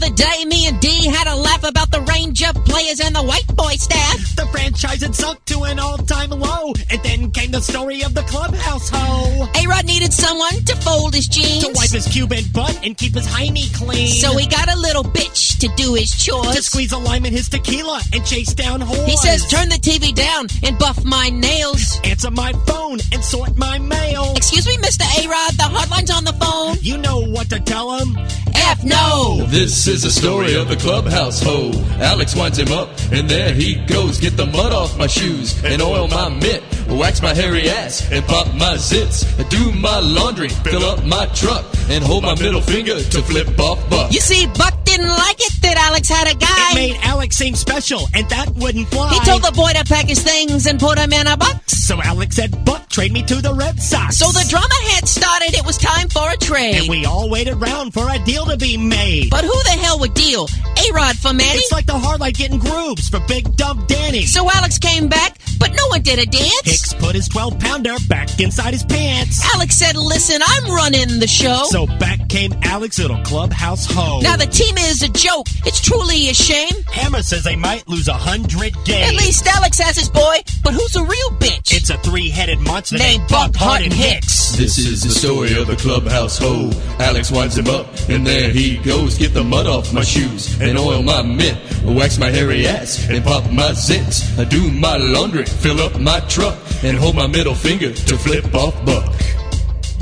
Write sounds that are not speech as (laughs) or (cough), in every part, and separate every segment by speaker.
Speaker 1: Today, me and Dee had a laugh about the Ranger players and the white boy staff.
Speaker 2: The franchise had sunk to an all-time low. And then came the story of the clubhouse hoe.
Speaker 1: A-Rod needed someone to fold his jeans.
Speaker 2: To wipe his Cuban butt and keep his hiney clean.
Speaker 1: So he got a little bitch to do his chores.
Speaker 2: To squeeze a lime in his tequila and chase down whores.
Speaker 1: He says, turn the TV down and buff my nails.
Speaker 2: Answer my phone and sort my mail.
Speaker 1: Excuse me, Mr. A-Rod, the hotline's on the phone.
Speaker 2: You know what to tell him.
Speaker 1: F no!
Speaker 3: This is the story of the clubhouse hoe. Alex winds him up, and there he goes. Get the mud off my shoes and oil my mitt. Wax my hairy ass and pop my zits. Do my laundry, fill up my truck, and hold my middle finger to flip off Buck.
Speaker 1: You see, Buck didn't like it that Alex had a guy.
Speaker 2: It made Alex seem special, and that wouldn't fly.
Speaker 1: He told the boy to pack his things and put him in a box.
Speaker 2: So Alex said, Buck, trade me to the Red Sox.
Speaker 1: So the drama had started. It was time for a trade.
Speaker 2: And we all waited round for a deal to be made.
Speaker 1: But who the hell would deal? A-Rod for Manny?
Speaker 2: It's like the hardlight getting grooves for Big Dumb Danny.
Speaker 1: So Alex came back, but no one did a dance.
Speaker 2: Hicks put his 12-pounder back inside his pants.
Speaker 1: Alex said, listen, I'm running the show.
Speaker 2: So back came Alex, little clubhouse hoe.
Speaker 1: Now the team is a joke. It's truly a shame.
Speaker 2: Hammer says they might lose a hundred games.
Speaker 1: At least Alex has his boy, but who's a real bitch?
Speaker 2: It's a three-headed monster named Buck Hart and Hicks.
Speaker 3: This is the story of the clubhouse hoe. Alex winds him up, and there he goes. Get the mud off my shoes and oil my mitt. Wax my hairy ass and pop my zits. I do my laundry, fill up my truck, and hold my middle finger to flip off Buck.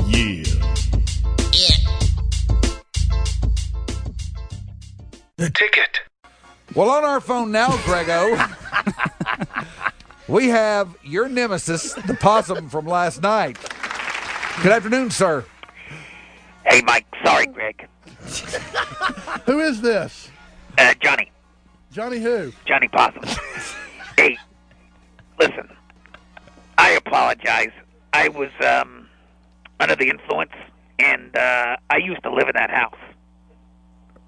Speaker 3: Yeah.
Speaker 4: The ticket.
Speaker 5: Well, on our phone now,
Speaker 6: (laughs)
Speaker 5: Grego, we have your nemesis, the possum from last night. Good afternoon, sir.
Speaker 4: Hey, Mike. Sorry, Greg.
Speaker 7: (laughs) Who is this?
Speaker 4: Uh, Johnny.
Speaker 7: Johnny who?
Speaker 4: Johnny
Speaker 7: (laughs)
Speaker 4: Possum. hey, listen. I apologize. I was um, under the influence, and uh, I used to live in that house.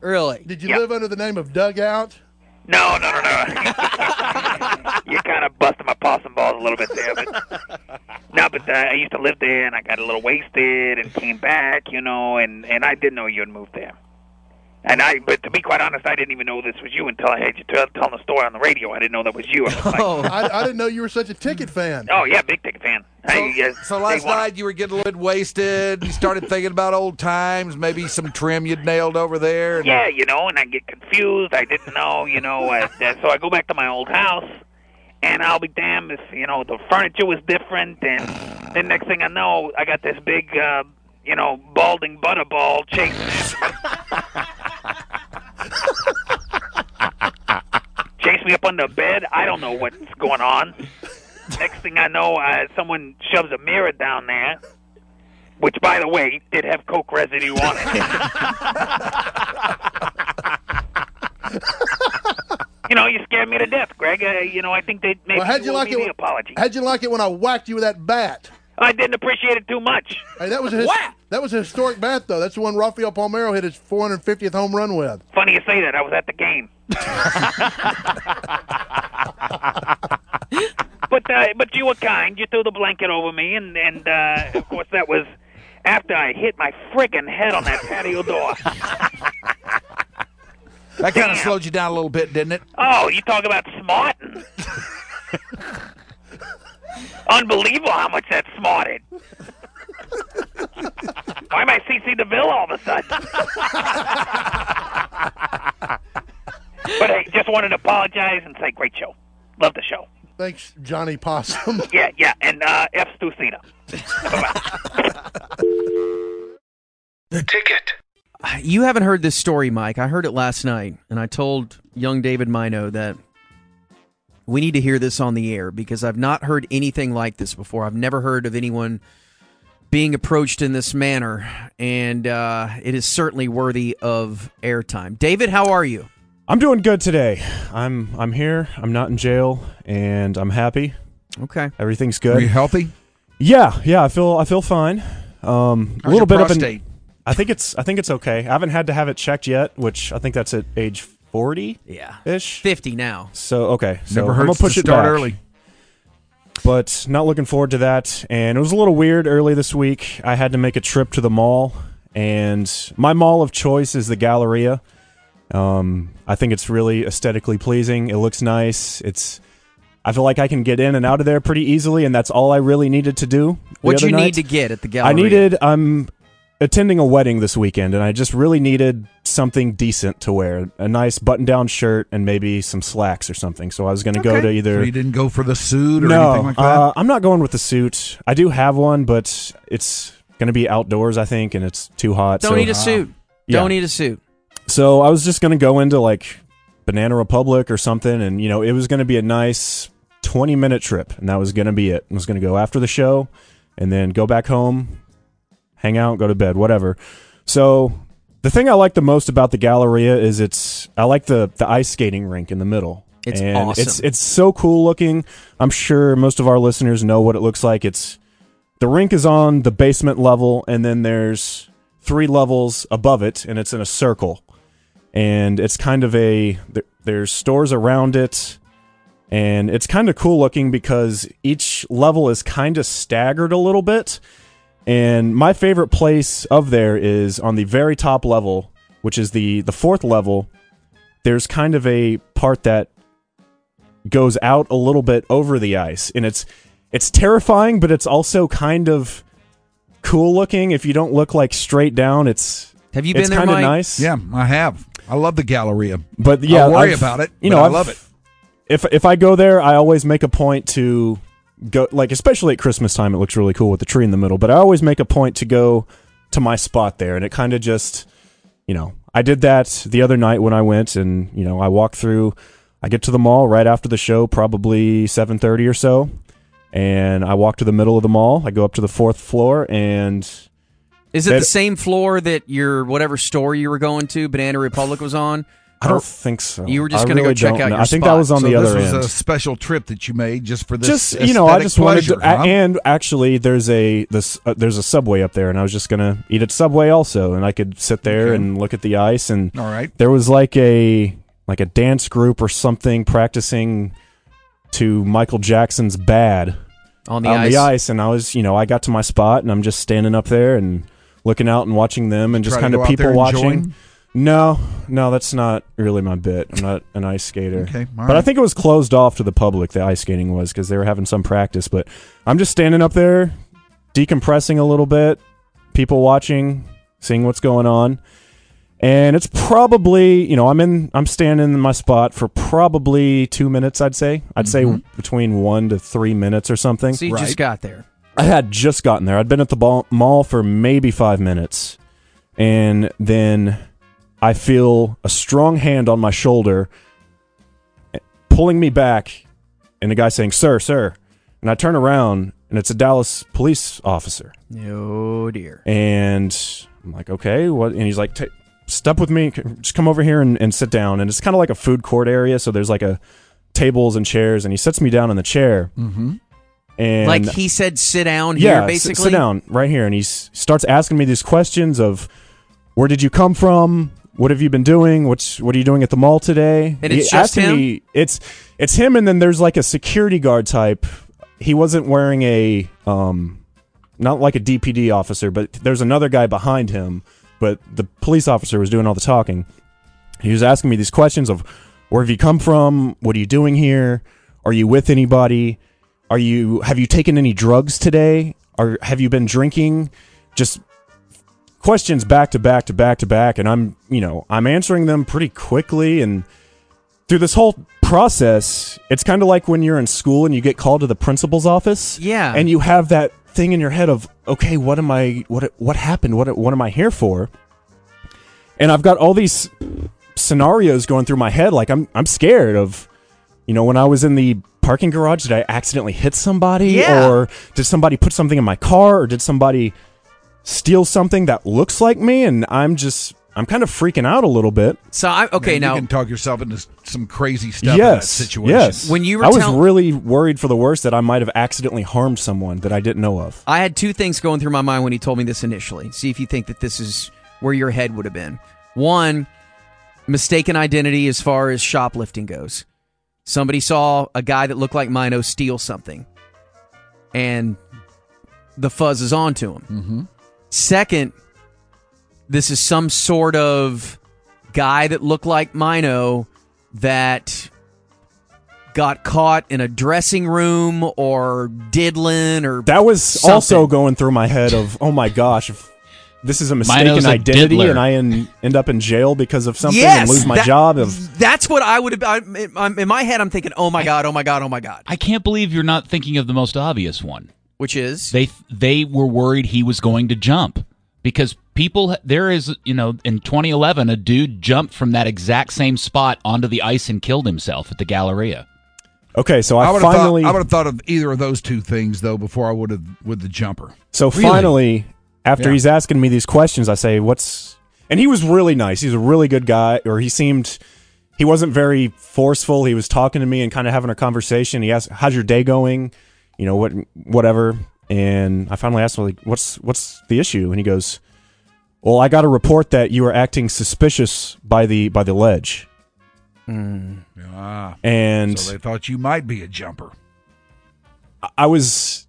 Speaker 8: Really?
Speaker 7: Did you
Speaker 4: Yep.
Speaker 7: live under the name of Dugout?
Speaker 4: No, no, no, no. (laughs) you kind of busted my possum balls a little bit there, but no, but uh, I used to live there, and I got a little wasted and came back, you know, and and I didn't know you had moved there. And I, but to be quite honest, I didn't even know this was you until I had you tell, telling the story on the radio. I didn't know that was you. I
Speaker 5: (laughs)
Speaker 4: was like, oh.
Speaker 7: I, I didn't know you were such a ticket fan.
Speaker 4: yeah, big ticket fan. Hey, yes,
Speaker 5: So
Speaker 4: they
Speaker 5: last
Speaker 4: wanna-
Speaker 5: night you were getting a little bit wasted. You started thinking about old times, maybe some trim you'd nailed over there. and-
Speaker 4: Yeah, you know, and I get confused. I didn't know, you know. uh, that- so I go back to my old house, and I'll be damned if you know the furniture was different. And the next thing I know, I got this big, uh, you know, balding butterball chasing after me. Chase me up under the bed. I don't know what's going on. Next thing I know, uh, someone shoves a mirror down there, which, by the way, did have coke residue on
Speaker 7: (laughs)
Speaker 4: it. You know, you scared me to death, Greg. Uh, you know, I think they maybe
Speaker 7: Well, how'd
Speaker 4: you
Speaker 7: you
Speaker 4: owe
Speaker 7: like
Speaker 4: me
Speaker 7: it?
Speaker 4: the apology.
Speaker 7: How'd you like it when I whacked you with that bat?
Speaker 4: I didn't appreciate it too much.
Speaker 7: Hey, that was a his-
Speaker 4: Whack!
Speaker 7: that was a historic bat though. That's the one Rafael Palmero hit his 450th home run with.
Speaker 4: Funny you say that. I was at the game. but uh, but you were kind. You threw the blanket over me, and and uh, of course that was after I hit my friggin' head on that patio door.
Speaker 5: that kind of
Speaker 4: damn.
Speaker 5: slowed you down a little bit, didn't it?
Speaker 4: Oh, you talk about smarting. Unbelievable how much that smarted. Why am I CC DeVille all of a sudden? but hey, just wanted to apologize and say great show. Love the show.
Speaker 7: Thanks, Johnny Possum.
Speaker 4: Yeah, yeah, and uh, F. Stu Cena.
Speaker 9: The ticket.
Speaker 8: You haven't heard this story, Mike. I heard it last night, and I told young David Mino that we need to hear this on the air because I've not heard anything like this before. I've never heard of anyone being approached in this manner, and uh, it is certainly worthy of airtime. David, how are you?
Speaker 6: I'm doing good today. I'm I'm here. I'm not in jail, and I'm happy.
Speaker 8: Okay.
Speaker 6: Everything's
Speaker 5: Are you
Speaker 6: good.
Speaker 5: healthy?
Speaker 6: Yeah, yeah. I feel I feel fine. Um, a
Speaker 5: How's
Speaker 6: little
Speaker 5: your
Speaker 6: bit of
Speaker 5: prostate?
Speaker 6: an. I think it's I think it's okay. I haven't had to have it checked yet, which I think that's at age forty
Speaker 8: Yeah.
Speaker 6: ish.
Speaker 8: 50 now.
Speaker 6: So okay, so
Speaker 5: Never
Speaker 6: I'm
Speaker 5: hurts
Speaker 6: gonna push
Speaker 5: to
Speaker 6: it
Speaker 5: start
Speaker 6: back.
Speaker 5: early.
Speaker 6: but not looking forward to that. And it was a little weird early this week. I had to make a trip to the mall, and my mall of choice is the Galleria.
Speaker 8: Um, I think it's really aesthetically pleasing. It looks nice. It's. I feel like I can get in and out of there pretty easily, and that's all I really needed to do. the
Speaker 10: What
Speaker 8: other
Speaker 10: you
Speaker 8: night.
Speaker 10: need to get at the gallery?
Speaker 8: I needed. I'm attending a wedding this weekend, and I just really needed something decent to wear. A nice button-down shirt and maybe some slacks or something. So I was going to go to
Speaker 5: So
Speaker 8: either.
Speaker 5: you didn't go for the suit or
Speaker 8: no,
Speaker 5: anything like that?
Speaker 8: Uh, I'm not going with the suit. I do have one, but it's going to be outdoors, I think, and it's too hot.
Speaker 10: Don't
Speaker 8: so,
Speaker 5: Ah.
Speaker 10: need a suit.
Speaker 8: yeah.
Speaker 10: Don't need a suit.
Speaker 8: So I was just going to go into like Banana Republic or something, and you know, it was going to be a nice 20 minute trip, and that was going to be it. I was going to go after the show and then go back home, hang out, go to bed, whatever. So the thing I like the most about the Galleria is it's I like the the ice skating rink in the middle.
Speaker 10: It's
Speaker 8: and
Speaker 10: awesome.
Speaker 8: It's it's so cool looking. I'm sure most of our listeners know what it looks like. It's the rink is on the basement level, and then there's three levels above it, and it's in a circle. And it's kind of a there, there's stores around it, and it's kind of cool looking because each level is kind of staggered a little bit. And my favorite place of there is on the very top level, which is the the fourth level. There's kind of a part that goes out a little bit over the ice, and it's it's terrifying, but it's also kind of cool looking. If you don't look like straight down, it's
Speaker 10: Have you been
Speaker 8: it's
Speaker 10: there,
Speaker 8: kind of
Speaker 10: Mike?
Speaker 8: nice.
Speaker 5: yeah, I have. I love the Galleria.
Speaker 8: but yeah,
Speaker 5: I worry
Speaker 8: I've-
Speaker 5: about it.
Speaker 8: You
Speaker 5: but
Speaker 8: know,
Speaker 5: I
Speaker 8: I've-
Speaker 5: love it.
Speaker 8: if if I go there, I always make a point to go like especially at Christmas time it looks really cool with the tree in the middle, but I always make a point to go to my spot there and it kind of just you know, I did that the other night when I went and you know, I walked through I get to the mall right after the show, probably 7:30 or so, and I walk to the middle of the mall. I go up to the 4th floor and
Speaker 10: Is it
Speaker 8: That-
Speaker 10: the same floor that your whatever store you were going to, Banana Republic, was on?
Speaker 8: I don't think so.
Speaker 10: You were just
Speaker 8: I
Speaker 10: gonna go
Speaker 8: really
Speaker 10: check
Speaker 8: don't
Speaker 10: out
Speaker 8: know.
Speaker 10: your
Speaker 8: I think
Speaker 10: spot.
Speaker 8: that was on
Speaker 5: so
Speaker 8: the
Speaker 5: this
Speaker 8: other
Speaker 5: was
Speaker 8: end.
Speaker 5: a special trip that you made just for this.
Speaker 8: just you know, I
Speaker 5: aesthetic
Speaker 8: just
Speaker 5: pleasure,
Speaker 8: wanted to, a-
Speaker 5: huh?
Speaker 8: and actually, there's a this uh, there's a subway up there, and I was just gonna eat at Subway also, and I could sit there
Speaker 5: Okay.
Speaker 8: and look at the ice, and
Speaker 5: all right.
Speaker 8: there was like a like a dance group or something practicing to Michael Jackson's "Bad"
Speaker 10: On the
Speaker 8: on
Speaker 10: ice.
Speaker 8: the ice, and I was you know I got to my spot, and I'm just standing up there and looking out and watching them, and just
Speaker 5: Try to
Speaker 8: kind
Speaker 5: go
Speaker 8: of
Speaker 5: out there
Speaker 8: people
Speaker 5: and
Speaker 8: watching.
Speaker 5: join?
Speaker 8: No, no, that's not really my bit. I'm not an ice skater.
Speaker 5: Okay, all
Speaker 8: but I
Speaker 5: right.
Speaker 8: think it was closed off to the public. The ice skating was because they were having some practice. But I'm just standing up there, decompressing a little bit, people watching, seeing what's going on, and it's probably you know I'm in I'm standing in my spot for probably two minutes. I'd say I'd say between one to three minutes or something.
Speaker 10: Mm-hmm. So you just
Speaker 5: Right.
Speaker 10: got there.
Speaker 8: I had just gotten there. I'd been at the ball- mall for maybe five minutes. And then I feel a strong hand on my shoulder eh, pulling me back, and a guy saying, Sir, sir. And I turn around, and it's a Dallas police officer.
Speaker 10: Oh dear.
Speaker 8: And I'm like, okay, what? And he's like, "Ta- step with me, c- just come over here and, and sit down. And it's kind of like a food court area, so there's like a tables and chairs, and he sets me down in the chair. Mm-hmm. And
Speaker 10: like he said, sit down
Speaker 8: yeah,
Speaker 10: here,
Speaker 8: s-
Speaker 10: basically.
Speaker 8: sit down right here, and he s- starts asking me these questions of where did you come from, what have you been doing, what's what are you doing at the mall today?
Speaker 10: And
Speaker 8: He
Speaker 10: it's just
Speaker 8: asked
Speaker 10: him?
Speaker 8: me- it's it's him, and then there's like a security guard type. He wasn't wearing a um, not like a DPD officer, but there's another guy behind him. But the police officer was doing all the talking. He was asking me these questions of where have you come from? What are you doing here? Are you with anybody? Are you have you taken any drugs today? Or have you been drinking? Just questions back to back to back to (laughs) back and I'm, you know, I'm answering them pretty quickly and through this whole process, it's kind of like when you're in school and you get called to the principal's office.
Speaker 10: Yeah.
Speaker 8: And you have that thing in your head of, okay, what am I what what happened? What what am I here for? And I've got all these scenarios going through my head like I'm I'm scared of you know when I was in the parking garage did I accidentally hit somebody
Speaker 10: Yeah.
Speaker 8: or did somebody put something in my car or did somebody steal something that looks like me and I'm just I'm kind of freaking out a little bit.
Speaker 10: So I okay
Speaker 5: Man,
Speaker 10: now.
Speaker 5: you can talk yourself into s- some crazy stuff. in that
Speaker 8: yes.
Speaker 5: situation.
Speaker 8: Yes.
Speaker 10: When you were
Speaker 8: I was
Speaker 10: tell-
Speaker 8: really worried for the worst that I might have accidentally harmed someone that I didn't know of.
Speaker 10: I had two things going through my mind when he told me this initially. See if you think that this is where your head would have been. One, mistaken identity as far as shoplifting goes. Somebody saw a guy that looked like Mino steal something, and the fuzz is onto him. Mm-hmm. Second, this is some sort of
Speaker 8: guy that looked like Mino that got caught in a dressing room or diddling or
Speaker 5: That was also
Speaker 8: Something.
Speaker 5: going through my head of, oh my gosh, if this is a
Speaker 3: Mino's
Speaker 5: mistaken
Speaker 3: a
Speaker 5: identity
Speaker 3: diddler.
Speaker 5: and I en- end up in jail because of something
Speaker 8: yes,
Speaker 5: and lose my
Speaker 8: that-
Speaker 5: job. Of,
Speaker 8: that's what I would have. I'm, I'm, in my head, I'm thinking, oh my god, oh my god, oh my god,
Speaker 3: I can't believe you're not thinking of the most obvious one.
Speaker 8: which is
Speaker 3: They they were worried he was going to jump because people there is you know in 2011 a dude jumped from that exact same spot onto the ice and killed himself at the Galleria.
Speaker 5: okay, so
Speaker 11: I
Speaker 5: I,
Speaker 11: would have
Speaker 5: finally.
Speaker 11: thought, I would have thought of either of those two things though before I would have with the jumper.
Speaker 5: So
Speaker 11: Really?
Speaker 5: finally, after
Speaker 11: Yeah.
Speaker 5: he's asking me these questions, I say, "What's?" And he was really nice. He's a really good guy, or he seemed. He wasn't very forceful. He was talking to me and kind of having a conversation. He asked, "How's your day going?" You know what, whatever. And I finally asked him, "Like, what's what's the issue?" And he goes, "Well, I got a report that you were acting suspicious by the by the ledge."
Speaker 11: Ah,
Speaker 5: And
Speaker 11: so they thought you might be a jumper.
Speaker 5: I was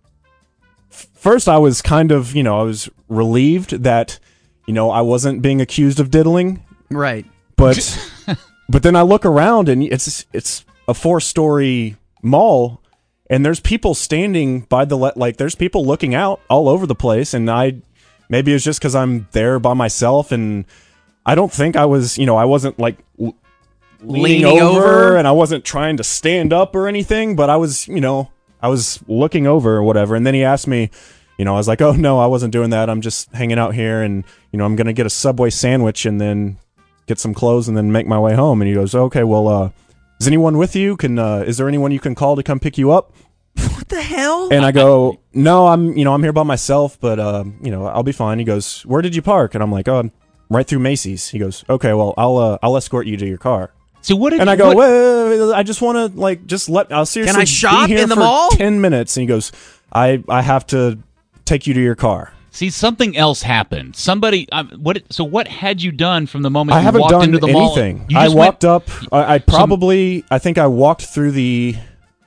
Speaker 5: first I was kind of, you know, I was relieved that you know, I wasn't being accused of diddling,
Speaker 8: right.
Speaker 5: but but then I look around and it's it's a four-story mall and there's people standing by the le- like there's people looking out all over the place and I maybe it's just cuz I'm there by myself and I don't think I was, you know, I wasn't like l- leaning,
Speaker 8: Leaning
Speaker 5: over,
Speaker 8: over.
Speaker 5: and I wasn't trying to stand up or anything, but I was, you know, I was looking over or whatever. And then he asked me, you know, I was like, oh no, I wasn't doing that. I'm just hanging out here and, you know, I'm going to get a Subway sandwich and then get some clothes and then make my way home. And he goes, okay, well, uh, is anyone with you? Can, uh, is there anyone you can call to come pick you up?
Speaker 8: What the hell?
Speaker 5: And I go, no, I'm, you know, I'm here by myself, but, uh, you know, I'll be fine. He goes, where did you park? And I'm like, oh, I'm right through Macy's. He goes, okay, well, I'll, uh, I'll escort you to your car.
Speaker 3: So what did
Speaker 5: And I go,
Speaker 3: what-
Speaker 5: wait, wait, wait, wait, I just want to like just let. I'll seriously
Speaker 8: I shop
Speaker 5: be here
Speaker 8: in the
Speaker 5: for
Speaker 8: mall?
Speaker 5: Ten minutes, and he goes, I I have to take you to your car.
Speaker 3: See, something else happened. Somebody, um, what? So, what had you done from the moment
Speaker 5: I
Speaker 3: you
Speaker 5: haven't
Speaker 3: walked
Speaker 5: done
Speaker 3: into the mall?
Speaker 5: anything.
Speaker 3: You
Speaker 5: I
Speaker 3: just went-
Speaker 5: walked up. I, I probably I think I walked through the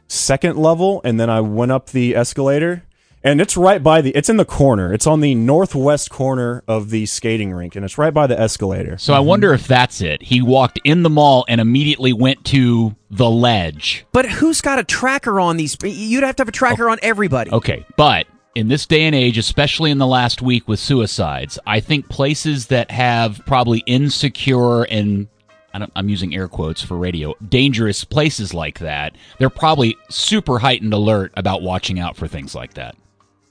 Speaker 5: second level, and then I went up the escalator. And it's right by the. It's in the corner. It's on the northwest corner of the skating rink, and it's right by the escalator.
Speaker 3: So I wonder if that's it. He walked in the mall and immediately went to the ledge.
Speaker 8: But who's got a tracker on these? You'd have to have a tracker
Speaker 5: Oh.
Speaker 8: on everybody.
Speaker 3: Okay, but in this day and age, especially in the last week with suicides, I think places that have probably insecure and I don't, I'm using air quotes for radio dangerous places like that, they're probably super heightened alert about watching out for things like that.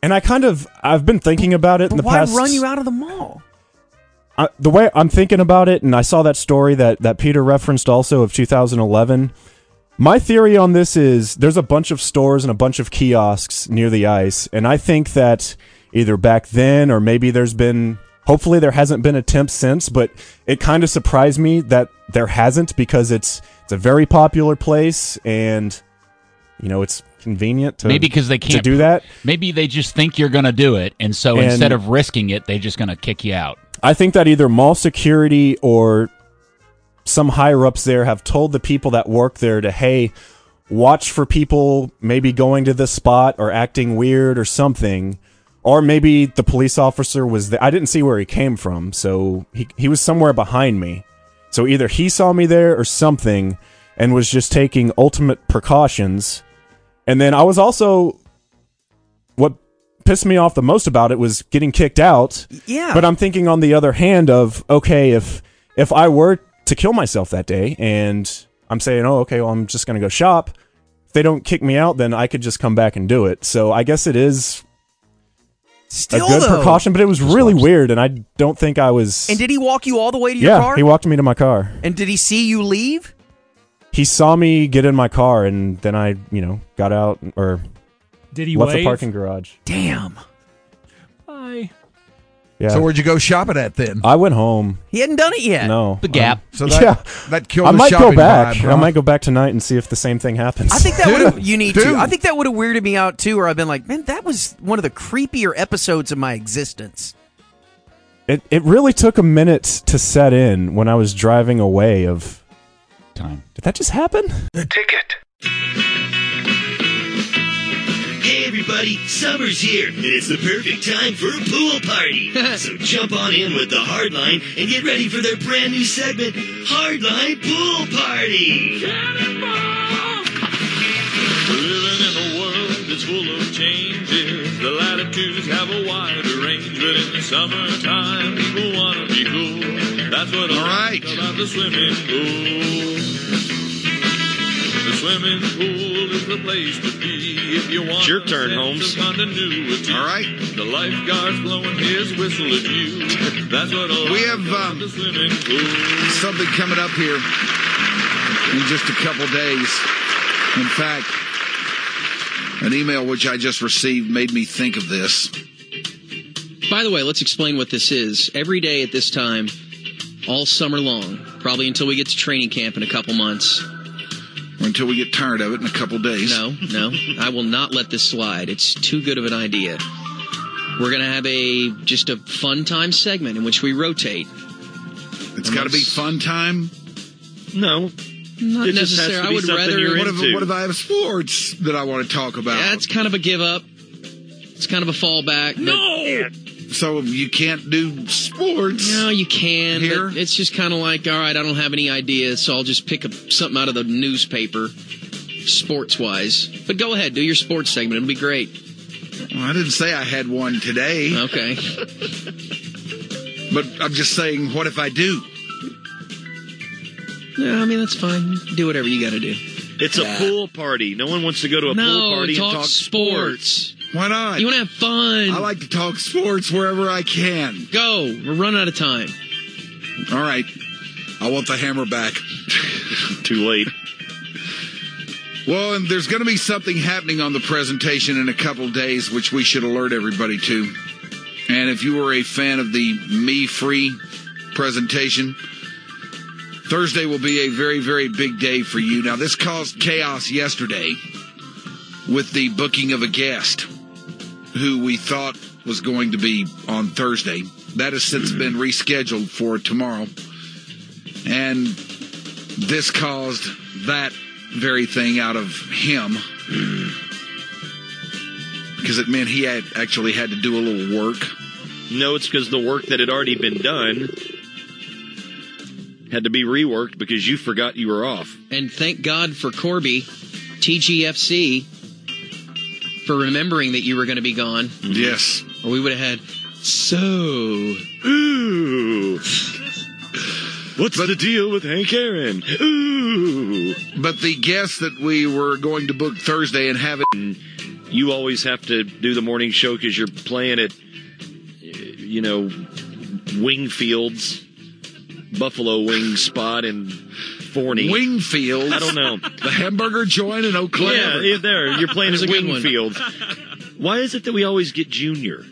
Speaker 5: And I kind of I've been thinking about it in
Speaker 8: But
Speaker 5: the
Speaker 8: why
Speaker 5: past.
Speaker 8: run you out of the mall?
Speaker 5: I, the way I'm thinking about it, and I saw that story that, that Peter referenced also of 2011. My theory on this is there's a bunch of stores and a bunch of kiosks near the ice, and I think that either back then or maybe there's been, hopefully there hasn't been attempts since, but it kind of surprised me that there hasn't because it's it's a very popular place and you know it's convenient to
Speaker 3: Maybe because they
Speaker 5: to
Speaker 3: can't
Speaker 5: do that.
Speaker 3: Maybe they just think you're going to do it, and so
Speaker 5: And-
Speaker 3: instead of risking it, they're just going to kick you out.
Speaker 5: I think that either mall security or some higher ups there have told the people that work there to, hey, watch for people maybe going to this spot or acting weird or something. Or maybe the police officer was there. I didn't see where he came from, so he, he was somewhere behind me. So either he saw me there or something and was just taking ultimate precautions. And then I was also. What pissed me off the most about it was getting kicked out.
Speaker 8: Yeah.
Speaker 5: But I'm thinking on the other hand of okay, if if I were to kill myself that day and I'm saying, "Oh, okay, well I'm just going to go shop." If they don't kick me out, then I could just come back and do it. So I guess it is
Speaker 8: Still
Speaker 5: a good
Speaker 8: though.
Speaker 5: precaution, but it was really weird and I don't think I was
Speaker 8: And did he walk you all the way to your
Speaker 5: Yeah,
Speaker 8: car?
Speaker 5: he walked me to my car.
Speaker 8: and did he see you leave?
Speaker 5: He saw me get in my car and then I, you know, got out or
Speaker 4: Did he
Speaker 5: left the
Speaker 4: wave?
Speaker 5: parking garage.
Speaker 8: Damn.
Speaker 3: Bye.
Speaker 5: Yeah.
Speaker 11: So where'd you go shopping at then?
Speaker 5: I went home.
Speaker 8: He hadn't done it yet.
Speaker 5: No.
Speaker 3: The Gap.
Speaker 11: Um, So that,
Speaker 5: (laughs) Yeah.
Speaker 11: that killed
Speaker 5: I
Speaker 11: the
Speaker 5: might go
Speaker 11: shopping
Speaker 5: back.
Speaker 11: vibe, huh?
Speaker 5: I might go back tonight and see if the same thing happens.
Speaker 8: I think that
Speaker 11: Dude,
Speaker 8: would you need
Speaker 11: dude.
Speaker 8: to. I think that would have weirded me out too, or I've been like, man, that was one of the creepier episodes of my existence.
Speaker 5: It it really took a minute to set in when I was driving away of
Speaker 3: Time.
Speaker 5: did that just happen?
Speaker 12: The ticket.
Speaker 13: Hey everybody,
Speaker 3: Summer's here, and it's the perfect time for a pool party. so jump on in with the Hardline and get ready for their brand new segment, Hardline Pool Party.
Speaker 5: Living in a world that's full of changes. The latitudes have a wider range, but in the summertime, people want to be cool. That's what I like about the swimming pool. The swimming pool is the place to be if you want
Speaker 9: It's your
Speaker 5: a
Speaker 9: turn,
Speaker 5: sense
Speaker 9: Holmes.
Speaker 5: of continuity.
Speaker 9: All right.
Speaker 5: The lifeguard's blowing his whistle at you. That's what I
Speaker 9: We
Speaker 5: like
Speaker 9: have,
Speaker 5: about
Speaker 9: um,
Speaker 5: the swimming pool.
Speaker 9: Something coming up here in just a couple days. In fact, an email which I just received made me think of this.
Speaker 8: By the way, let's explain what this is. Every day at this time, all summer long, probably until we get to training camp in a couple months.
Speaker 9: Until we get tired of it in a couple days.
Speaker 8: No, no. I will not let this slide. It's too good of an idea. We're going to have a just a fun time segment in which we rotate.
Speaker 9: It's got to be fun time.
Speaker 8: No. Not
Speaker 9: It just has to
Speaker 8: necessarily. I
Speaker 9: be
Speaker 8: would
Speaker 9: something
Speaker 8: rather.
Speaker 9: you're What if- into. what if I have sports that I want to talk about?
Speaker 8: Yeah, it's kind of a give up. It's kind of a fallback. but-
Speaker 9: So you can't do sports.
Speaker 8: No, you can. But it's just kind of like, all right, I don't have any ideas, so I'll just pick up something out of the newspaper, sports wise. But go ahead, do your sports segment. It'll be great.
Speaker 9: Well, I didn't say I had one today.
Speaker 8: Okay.
Speaker 9: But I'm just saying, what if I do?
Speaker 8: No, I mean that's fine. Do whatever you got to do.
Speaker 4: It's a
Speaker 8: Yeah.
Speaker 4: pool party. No one wants to go to a
Speaker 8: No,
Speaker 4: pool party
Speaker 8: talk
Speaker 4: and talk
Speaker 8: sports.
Speaker 9: Why not?
Speaker 8: You want to have fun? I
Speaker 9: like to talk sports wherever I can.
Speaker 8: Go. We're running out of time.
Speaker 9: All right. I want the hammer back.
Speaker 4: (laughs) Too late.
Speaker 9: Well, and there's going to be something happening on the presentation in a couple days, which we should alert everybody to. And if you were a fan of the me free presentation, Thursday will be a very, very big day for you. Now, this caused chaos yesterday with the booking of a guest who we thought was going to be on Thursday. That has since
Speaker 4: Mm-hmm.
Speaker 9: been rescheduled for tomorrow. And this caused that very thing out of him because it meant he had actually had to do a little work.
Speaker 4: No, it's because the work that had already been done had to be reworked because you forgot you were off.
Speaker 8: And thank God for Corby, TGFC, for remembering that you were going to be gone.
Speaker 9: Yes.
Speaker 8: Or we would have had so. Ooh.
Speaker 4: What's the deal with Hank Aaron? Ooh.
Speaker 9: But the guest that we were going to book Thursday and have it.
Speaker 4: You always have to do the morning show because you're playing at, you know, Wingfields, Buffalo Wing Spot in Forney.
Speaker 9: Wingfields?
Speaker 4: I don't know.
Speaker 9: The hamburger joint in Eau Claire.
Speaker 4: Yeah, yeah, there. You're playing at
Speaker 9: That's a good one.
Speaker 4: Wingfields. Why is it that we always get Junior?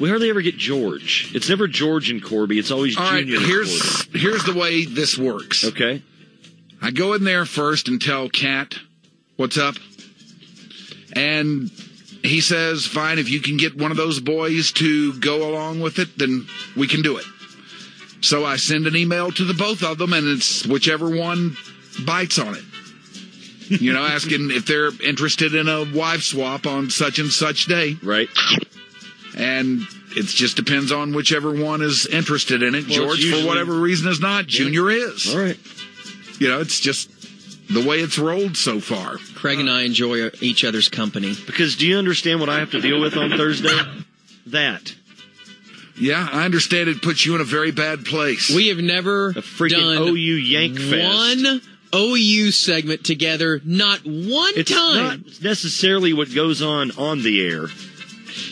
Speaker 4: We hardly ever get George. It's never George and Corby. It's always
Speaker 9: All right,
Speaker 4: Junior. and
Speaker 9: here's
Speaker 4: Corby.
Speaker 9: here's the way this works.
Speaker 4: Okay.
Speaker 9: I go in there first and tell Cat what's up. And he says, "Fine, if you can get one of those boys to go along with it, then we can do it." So I send an email to the both of them and it's whichever one bites on it. You know, asking if they're interested in a wife swap on such and such day.
Speaker 4: (laughs) Right.
Speaker 9: And it just depends on whichever one is interested in it.
Speaker 4: Well,
Speaker 9: George,
Speaker 4: it's usually-
Speaker 9: for whatever reason, is not. Junior is.
Speaker 4: All right.
Speaker 9: You know, it's just the way it's rolled so far.
Speaker 8: Craig and I enjoy each other's company.
Speaker 4: Because do you understand what I have to deal with on Thursday? That.
Speaker 9: Yeah, I understand it puts you in a very bad place.
Speaker 8: We have never done
Speaker 4: OU Yank Fest.
Speaker 8: one OU segment together, not one
Speaker 4: It's
Speaker 8: time.
Speaker 4: not necessarily what goes on on the air.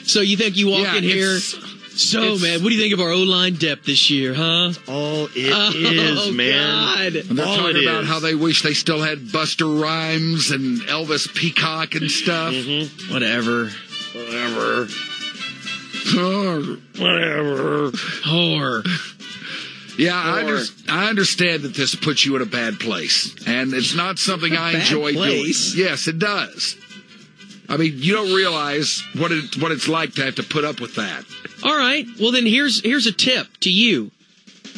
Speaker 8: So you think you walk
Speaker 4: Yeah,
Speaker 8: in here?
Speaker 4: it's-
Speaker 8: So
Speaker 4: it's-
Speaker 8: man, what do you think of our O line depth this year, huh?
Speaker 4: all it
Speaker 8: (laughs) oh,
Speaker 4: is, man.
Speaker 8: God.
Speaker 9: And they're talking about how they wish they still had Buster Rhymes and Elvis Peacock and stuff.
Speaker 4: Mm-hmm.
Speaker 8: Whatever.
Speaker 4: Whatever.
Speaker 9: (laughs) Whatever.
Speaker 8: Whore.
Speaker 9: Yeah, I, under- I understand that this puts you in a bad place, and it's not something I
Speaker 8: Bad
Speaker 9: enjoy
Speaker 8: place?
Speaker 9: doing. Yes, it does. I mean, you don't realize what it what it's like to have to put up with that.
Speaker 8: All right. Well, then here's here's a tip to you.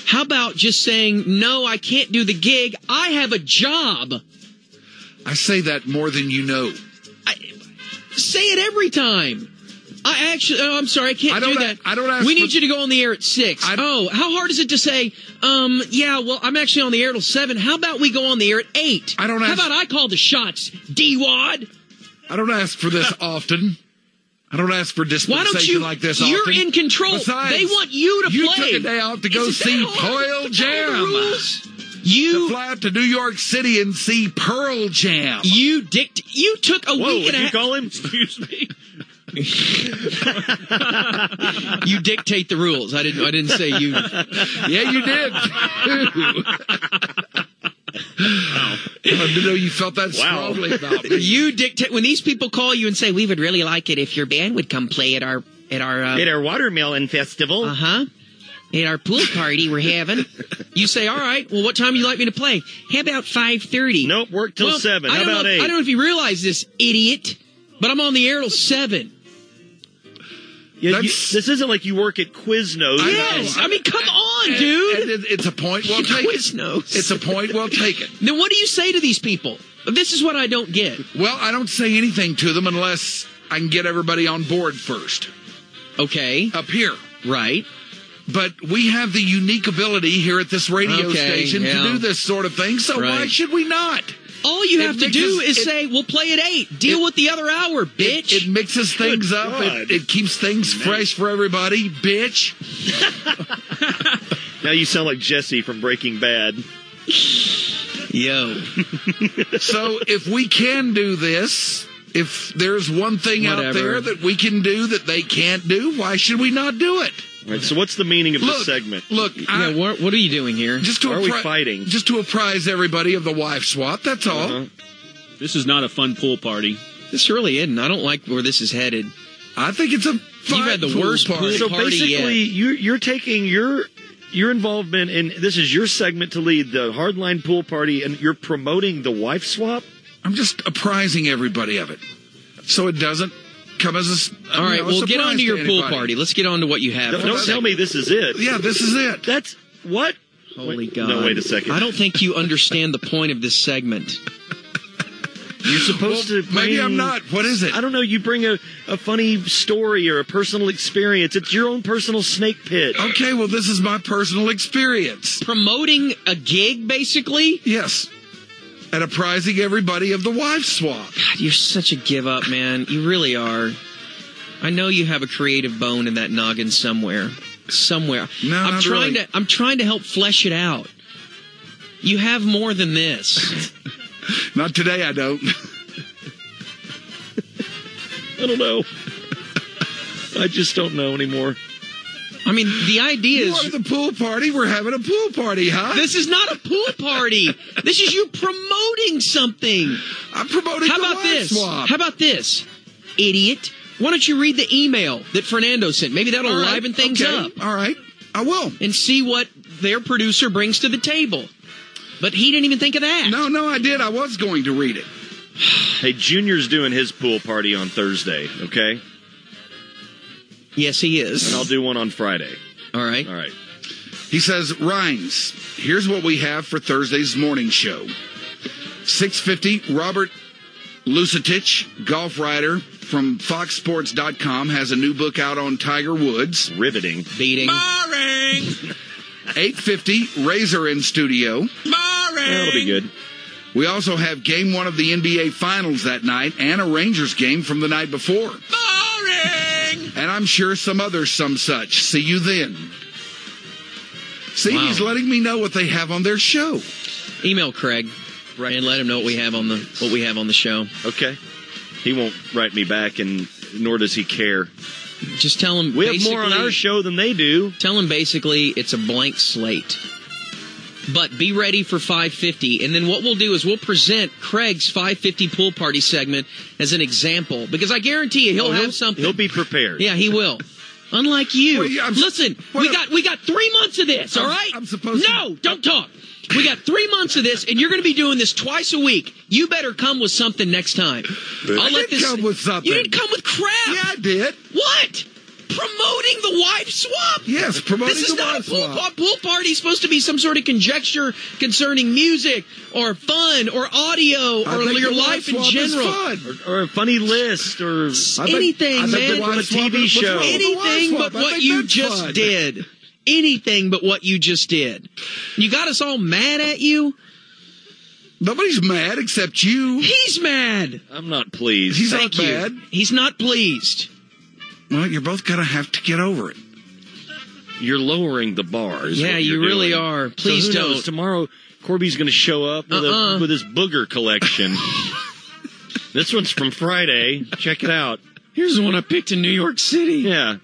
Speaker 8: How about just saying no? I can't do the gig. I have a job.
Speaker 9: I say that more than you know.
Speaker 8: Say it every time. I actually, oh, I'm sorry, I can't
Speaker 9: don't
Speaker 8: do
Speaker 9: a-
Speaker 8: that.
Speaker 9: I don't ask
Speaker 8: We
Speaker 9: for-
Speaker 8: need you to go on the air at six. oh, how hard is it to say? Um, yeah, well, I'm actually on the air till seven. How about we go on the air at eight? I don't. How about I call the shots, D Wad?
Speaker 9: I don't ask for
Speaker 8: (laughs)
Speaker 9: this often. I don't ask for
Speaker 8: Why
Speaker 9: dispensation
Speaker 8: don't you?
Speaker 9: like this
Speaker 8: you're
Speaker 9: often.
Speaker 8: in control.
Speaker 9: Besides,
Speaker 8: they want you to
Speaker 9: you
Speaker 8: play.
Speaker 9: took a day out to go
Speaker 8: Is it
Speaker 9: see
Speaker 8: that hard?
Speaker 9: Pearl
Speaker 8: Is that all the
Speaker 9: Jam.
Speaker 8: rules? You
Speaker 9: to fly up to New York City and see Pearl Jam.
Speaker 8: You dict. You took a
Speaker 14: Whoa,
Speaker 8: week and
Speaker 14: did
Speaker 8: a
Speaker 14: you
Speaker 8: half.
Speaker 14: call him? Excuse
Speaker 8: (laughs)
Speaker 14: me.
Speaker 8: you dictate the rules. I didn't. I didn't say (laughs) you.
Speaker 9: yeah, you did. I didn't know you felt that
Speaker 8: Wow.
Speaker 9: strongly about me.
Speaker 8: you dictate when these people call you and say we would really like it if your band would come play at our at our uh,
Speaker 15: At our watermelon festival.
Speaker 8: Uh huh. At our pool party we're having. You say, all right. Well, what time you like me to play? How about five thirty? Nope. Work
Speaker 15: till seven.
Speaker 8: I
Speaker 15: How
Speaker 8: don't
Speaker 15: about
Speaker 8: know, if- I
Speaker 15: eight?
Speaker 8: don't know if you realize this, idiot. But I'm on the air till seven.
Speaker 15: You- you- this isn't like you work at Quiznos.
Speaker 8: Yes, I mean, come on,
Speaker 15: And-
Speaker 8: dude. (laughs)
Speaker 15: and it- it's a point well taken.
Speaker 8: Quiznos.
Speaker 15: It's a point well taken.
Speaker 8: Then what do you say to these people? This is what I don't get.
Speaker 9: Well, I don't say anything to them unless I can get everybody on board first.
Speaker 8: Okay.
Speaker 9: Up here.
Speaker 8: Right.
Speaker 9: But we have the unique ability here at this radio
Speaker 8: Okay,
Speaker 9: station
Speaker 8: yeah.
Speaker 9: to do this sort of thing, so why
Speaker 8: Right.
Speaker 9: should we not?
Speaker 8: All you
Speaker 9: It
Speaker 8: have to
Speaker 9: mixes-
Speaker 8: do is
Speaker 9: it-
Speaker 8: say, "We'll play at eight. Deal with the other hour, bitch."
Speaker 9: It mixes things up. It, it keeps things fresh for everybody, bitch.
Speaker 15: Now you sound like Jesse from Breaking Bad.
Speaker 8: Yo.
Speaker 9: so if we can do this, if there's one thing out
Speaker 15: Whatever.
Speaker 9: there that we can do that they can't do, why should we not do it?
Speaker 15: Right, so what's the meaning of
Speaker 9: Look,
Speaker 15: this segment?
Speaker 9: Look, I-
Speaker 8: what, what are you doing here?
Speaker 9: just to
Speaker 15: Why are we
Speaker 9: appri-
Speaker 15: fighting?
Speaker 9: Just to apprise everybody of the wife swap. That's all.
Speaker 8: Uh-huh. This is not a fun pool party. This really isn't. I don't like where this is headed.
Speaker 9: I think it's a
Speaker 8: You've had the worst pool
Speaker 15: so
Speaker 8: party
Speaker 15: basically,
Speaker 8: yet.
Speaker 15: you're you're taking your your involvement in this is your segment to lead the hardline pool party, and you're promoting the wife swap.
Speaker 9: I'm just apprising everybody of it, so it doesn't come as a. s-
Speaker 8: All right,
Speaker 9: you know, a
Speaker 8: well, get
Speaker 9: surprise
Speaker 8: on to
Speaker 9: to
Speaker 8: your pool
Speaker 9: anybody.
Speaker 8: party. Let's get on to what you have.
Speaker 15: Don't, don't tell me this is it.
Speaker 9: Yeah, this is it.
Speaker 15: That's what.
Speaker 8: Holy
Speaker 15: Wait,
Speaker 8: God.
Speaker 15: No, wait a second.
Speaker 8: I don't think you understand the point of this segment.
Speaker 15: You're supposed
Speaker 8: Well,
Speaker 15: to.
Speaker 8: maybe
Speaker 15: bring-
Speaker 8: I'm not.
Speaker 9: What is it?
Speaker 15: I don't know. You bring a, a funny story or a personal experience. It's your own personal snake pit.
Speaker 9: Okay, well, this is my personal experience.
Speaker 8: Promoting a gig, basically?
Speaker 9: Yes. And apprising everybody of the wife swap.
Speaker 8: God, you're such a give up, man. You really are. I know you have a creative bone in that noggin somewhere. Somewhere.
Speaker 9: No,
Speaker 8: I'm
Speaker 9: not
Speaker 8: trying
Speaker 9: really.
Speaker 8: to I'm trying to help flesh it out. You have more than this.
Speaker 9: Not today, I don't.
Speaker 15: I don't know. I just don't know anymore.
Speaker 8: I mean, the idea
Speaker 9: is the pool party. We're having a pool party, huh?
Speaker 8: This is not a pool party. this is you promoting something.
Speaker 9: I'm promoting.
Speaker 8: How
Speaker 9: the
Speaker 8: about
Speaker 9: wife
Speaker 8: this?
Speaker 9: swap.
Speaker 8: How about this, idiot? Why don't you read the email that Fernando sent? Maybe that'll
Speaker 9: All right,
Speaker 8: liven things
Speaker 9: okay,
Speaker 8: up.
Speaker 9: All right, I will.
Speaker 8: And see what their producer brings to the table. But he didn't even think of that.
Speaker 9: No, no, I did. I was going to read it.
Speaker 15: Hey, Junior's doing his pool party on Thursday, okay?
Speaker 8: Yes, he is.
Speaker 15: And I'll do one on Friday.
Speaker 8: All right. All
Speaker 15: right.
Speaker 9: He says, Rhines, here's what we have for Thursday's morning show. 650 Robert Lucetich, golf writer from foxsports.com, has a new book out on Tiger Woods.
Speaker 15: Riveting.
Speaker 8: Beating.
Speaker 9: Boring. 850 Razor in studio. Boring.
Speaker 15: That'll be good.
Speaker 9: We also have game one of the NBA Finals that night and a Rangers game from the night before. Boring. And I'm sure some other some such. See you then. See,
Speaker 8: Wow.
Speaker 9: he's letting me know what they have on their show.
Speaker 8: Email Craig and let him know what we have on the what we have on the show.
Speaker 15: Okay. He won't write me back, and nor does he care.
Speaker 8: Just tell him
Speaker 15: We have more on our show than they do.
Speaker 8: Tell him basically it's a blank slate. But be ready for 550, and then what we'll do is we'll present Craig's 550 pool party segment as an example because I guarantee you he'll
Speaker 15: Oh,
Speaker 8: have
Speaker 15: he'll-
Speaker 8: something.
Speaker 15: he'll be prepared.
Speaker 8: Yeah, he will. Unlike you.
Speaker 15: Well, yeah, I'm-
Speaker 8: Listen, we got we got three months of this. All
Speaker 15: I'm-
Speaker 8: right.
Speaker 15: I'm supposed to-
Speaker 8: No, don't talk. We got three months of this, and you're going to be doing this twice a week. You better come with something next time.
Speaker 9: I did come with something.
Speaker 8: You didn't come with crap.
Speaker 9: Yeah, I did.
Speaker 8: What? promoting the wife swap.
Speaker 9: Yes, promoting
Speaker 8: this is
Speaker 9: the
Speaker 8: not
Speaker 9: wife
Speaker 8: a pool
Speaker 9: swap.
Speaker 8: pa- pool party. Is supposed to be some sort of conjecture concerning music or fun or audio
Speaker 15: I
Speaker 8: or
Speaker 15: think
Speaker 8: your
Speaker 15: the wife
Speaker 8: life in
Speaker 15: swap is
Speaker 8: general.
Speaker 15: fun. Or, or a funny list or
Speaker 8: anything,
Speaker 15: I bet
Speaker 8: man.
Speaker 15: they want a TV show.
Speaker 8: Anything but what you just did. Anything but what you just did. You got us all mad at you.
Speaker 9: Nobody's mad except you.
Speaker 8: He's mad.
Speaker 14: I'm not pleased.
Speaker 9: He's
Speaker 8: Thank
Speaker 9: not
Speaker 8: you.
Speaker 9: bad.
Speaker 8: He's not pleased.
Speaker 9: Well, you're both gonna have to get over it.
Speaker 14: You're lowering the bar. is
Speaker 8: Yeah,
Speaker 14: what
Speaker 8: you
Speaker 14: you're
Speaker 8: really
Speaker 14: doing.
Speaker 8: are.
Speaker 14: So
Speaker 8: Please
Speaker 14: who knows?
Speaker 8: don't.
Speaker 14: Tomorrow, Corby's going to show up with,
Speaker 8: Uh-uh.
Speaker 14: a, with his booger
Speaker 8: (laughs)
Speaker 14: collection. this one's from Friday. Check it out.
Speaker 8: Here's the one I picked in New York City.
Speaker 14: Yeah.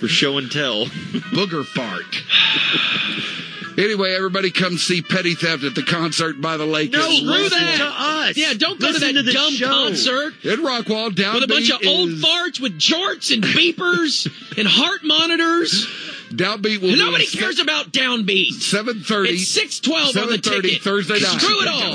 Speaker 14: For show and tell.
Speaker 9: Booger fart. (laughs) Anyway, everybody come see Petty Theft at the concert by the lake.
Speaker 8: No,
Speaker 9: It's
Speaker 8: screw
Speaker 9: Rockwall.
Speaker 8: that. Yeah, don't go
Speaker 9: Listen
Speaker 8: to that
Speaker 9: the
Speaker 8: dumb
Speaker 9: show.
Speaker 8: concert.
Speaker 9: At Rockwall, downbeat
Speaker 8: with a bunch of old
Speaker 9: is-
Speaker 8: farts with jorts
Speaker 14: (laughs)
Speaker 8: and beepers and heart monitors.
Speaker 9: Downbeat will
Speaker 8: Nobody
Speaker 9: be-
Speaker 8: cares about downbeat.
Speaker 9: Seven thirty.
Speaker 8: It's six twelve on the
Speaker 9: 7:30
Speaker 8: ticket.
Speaker 9: Thursday night.
Speaker 8: Screw it all.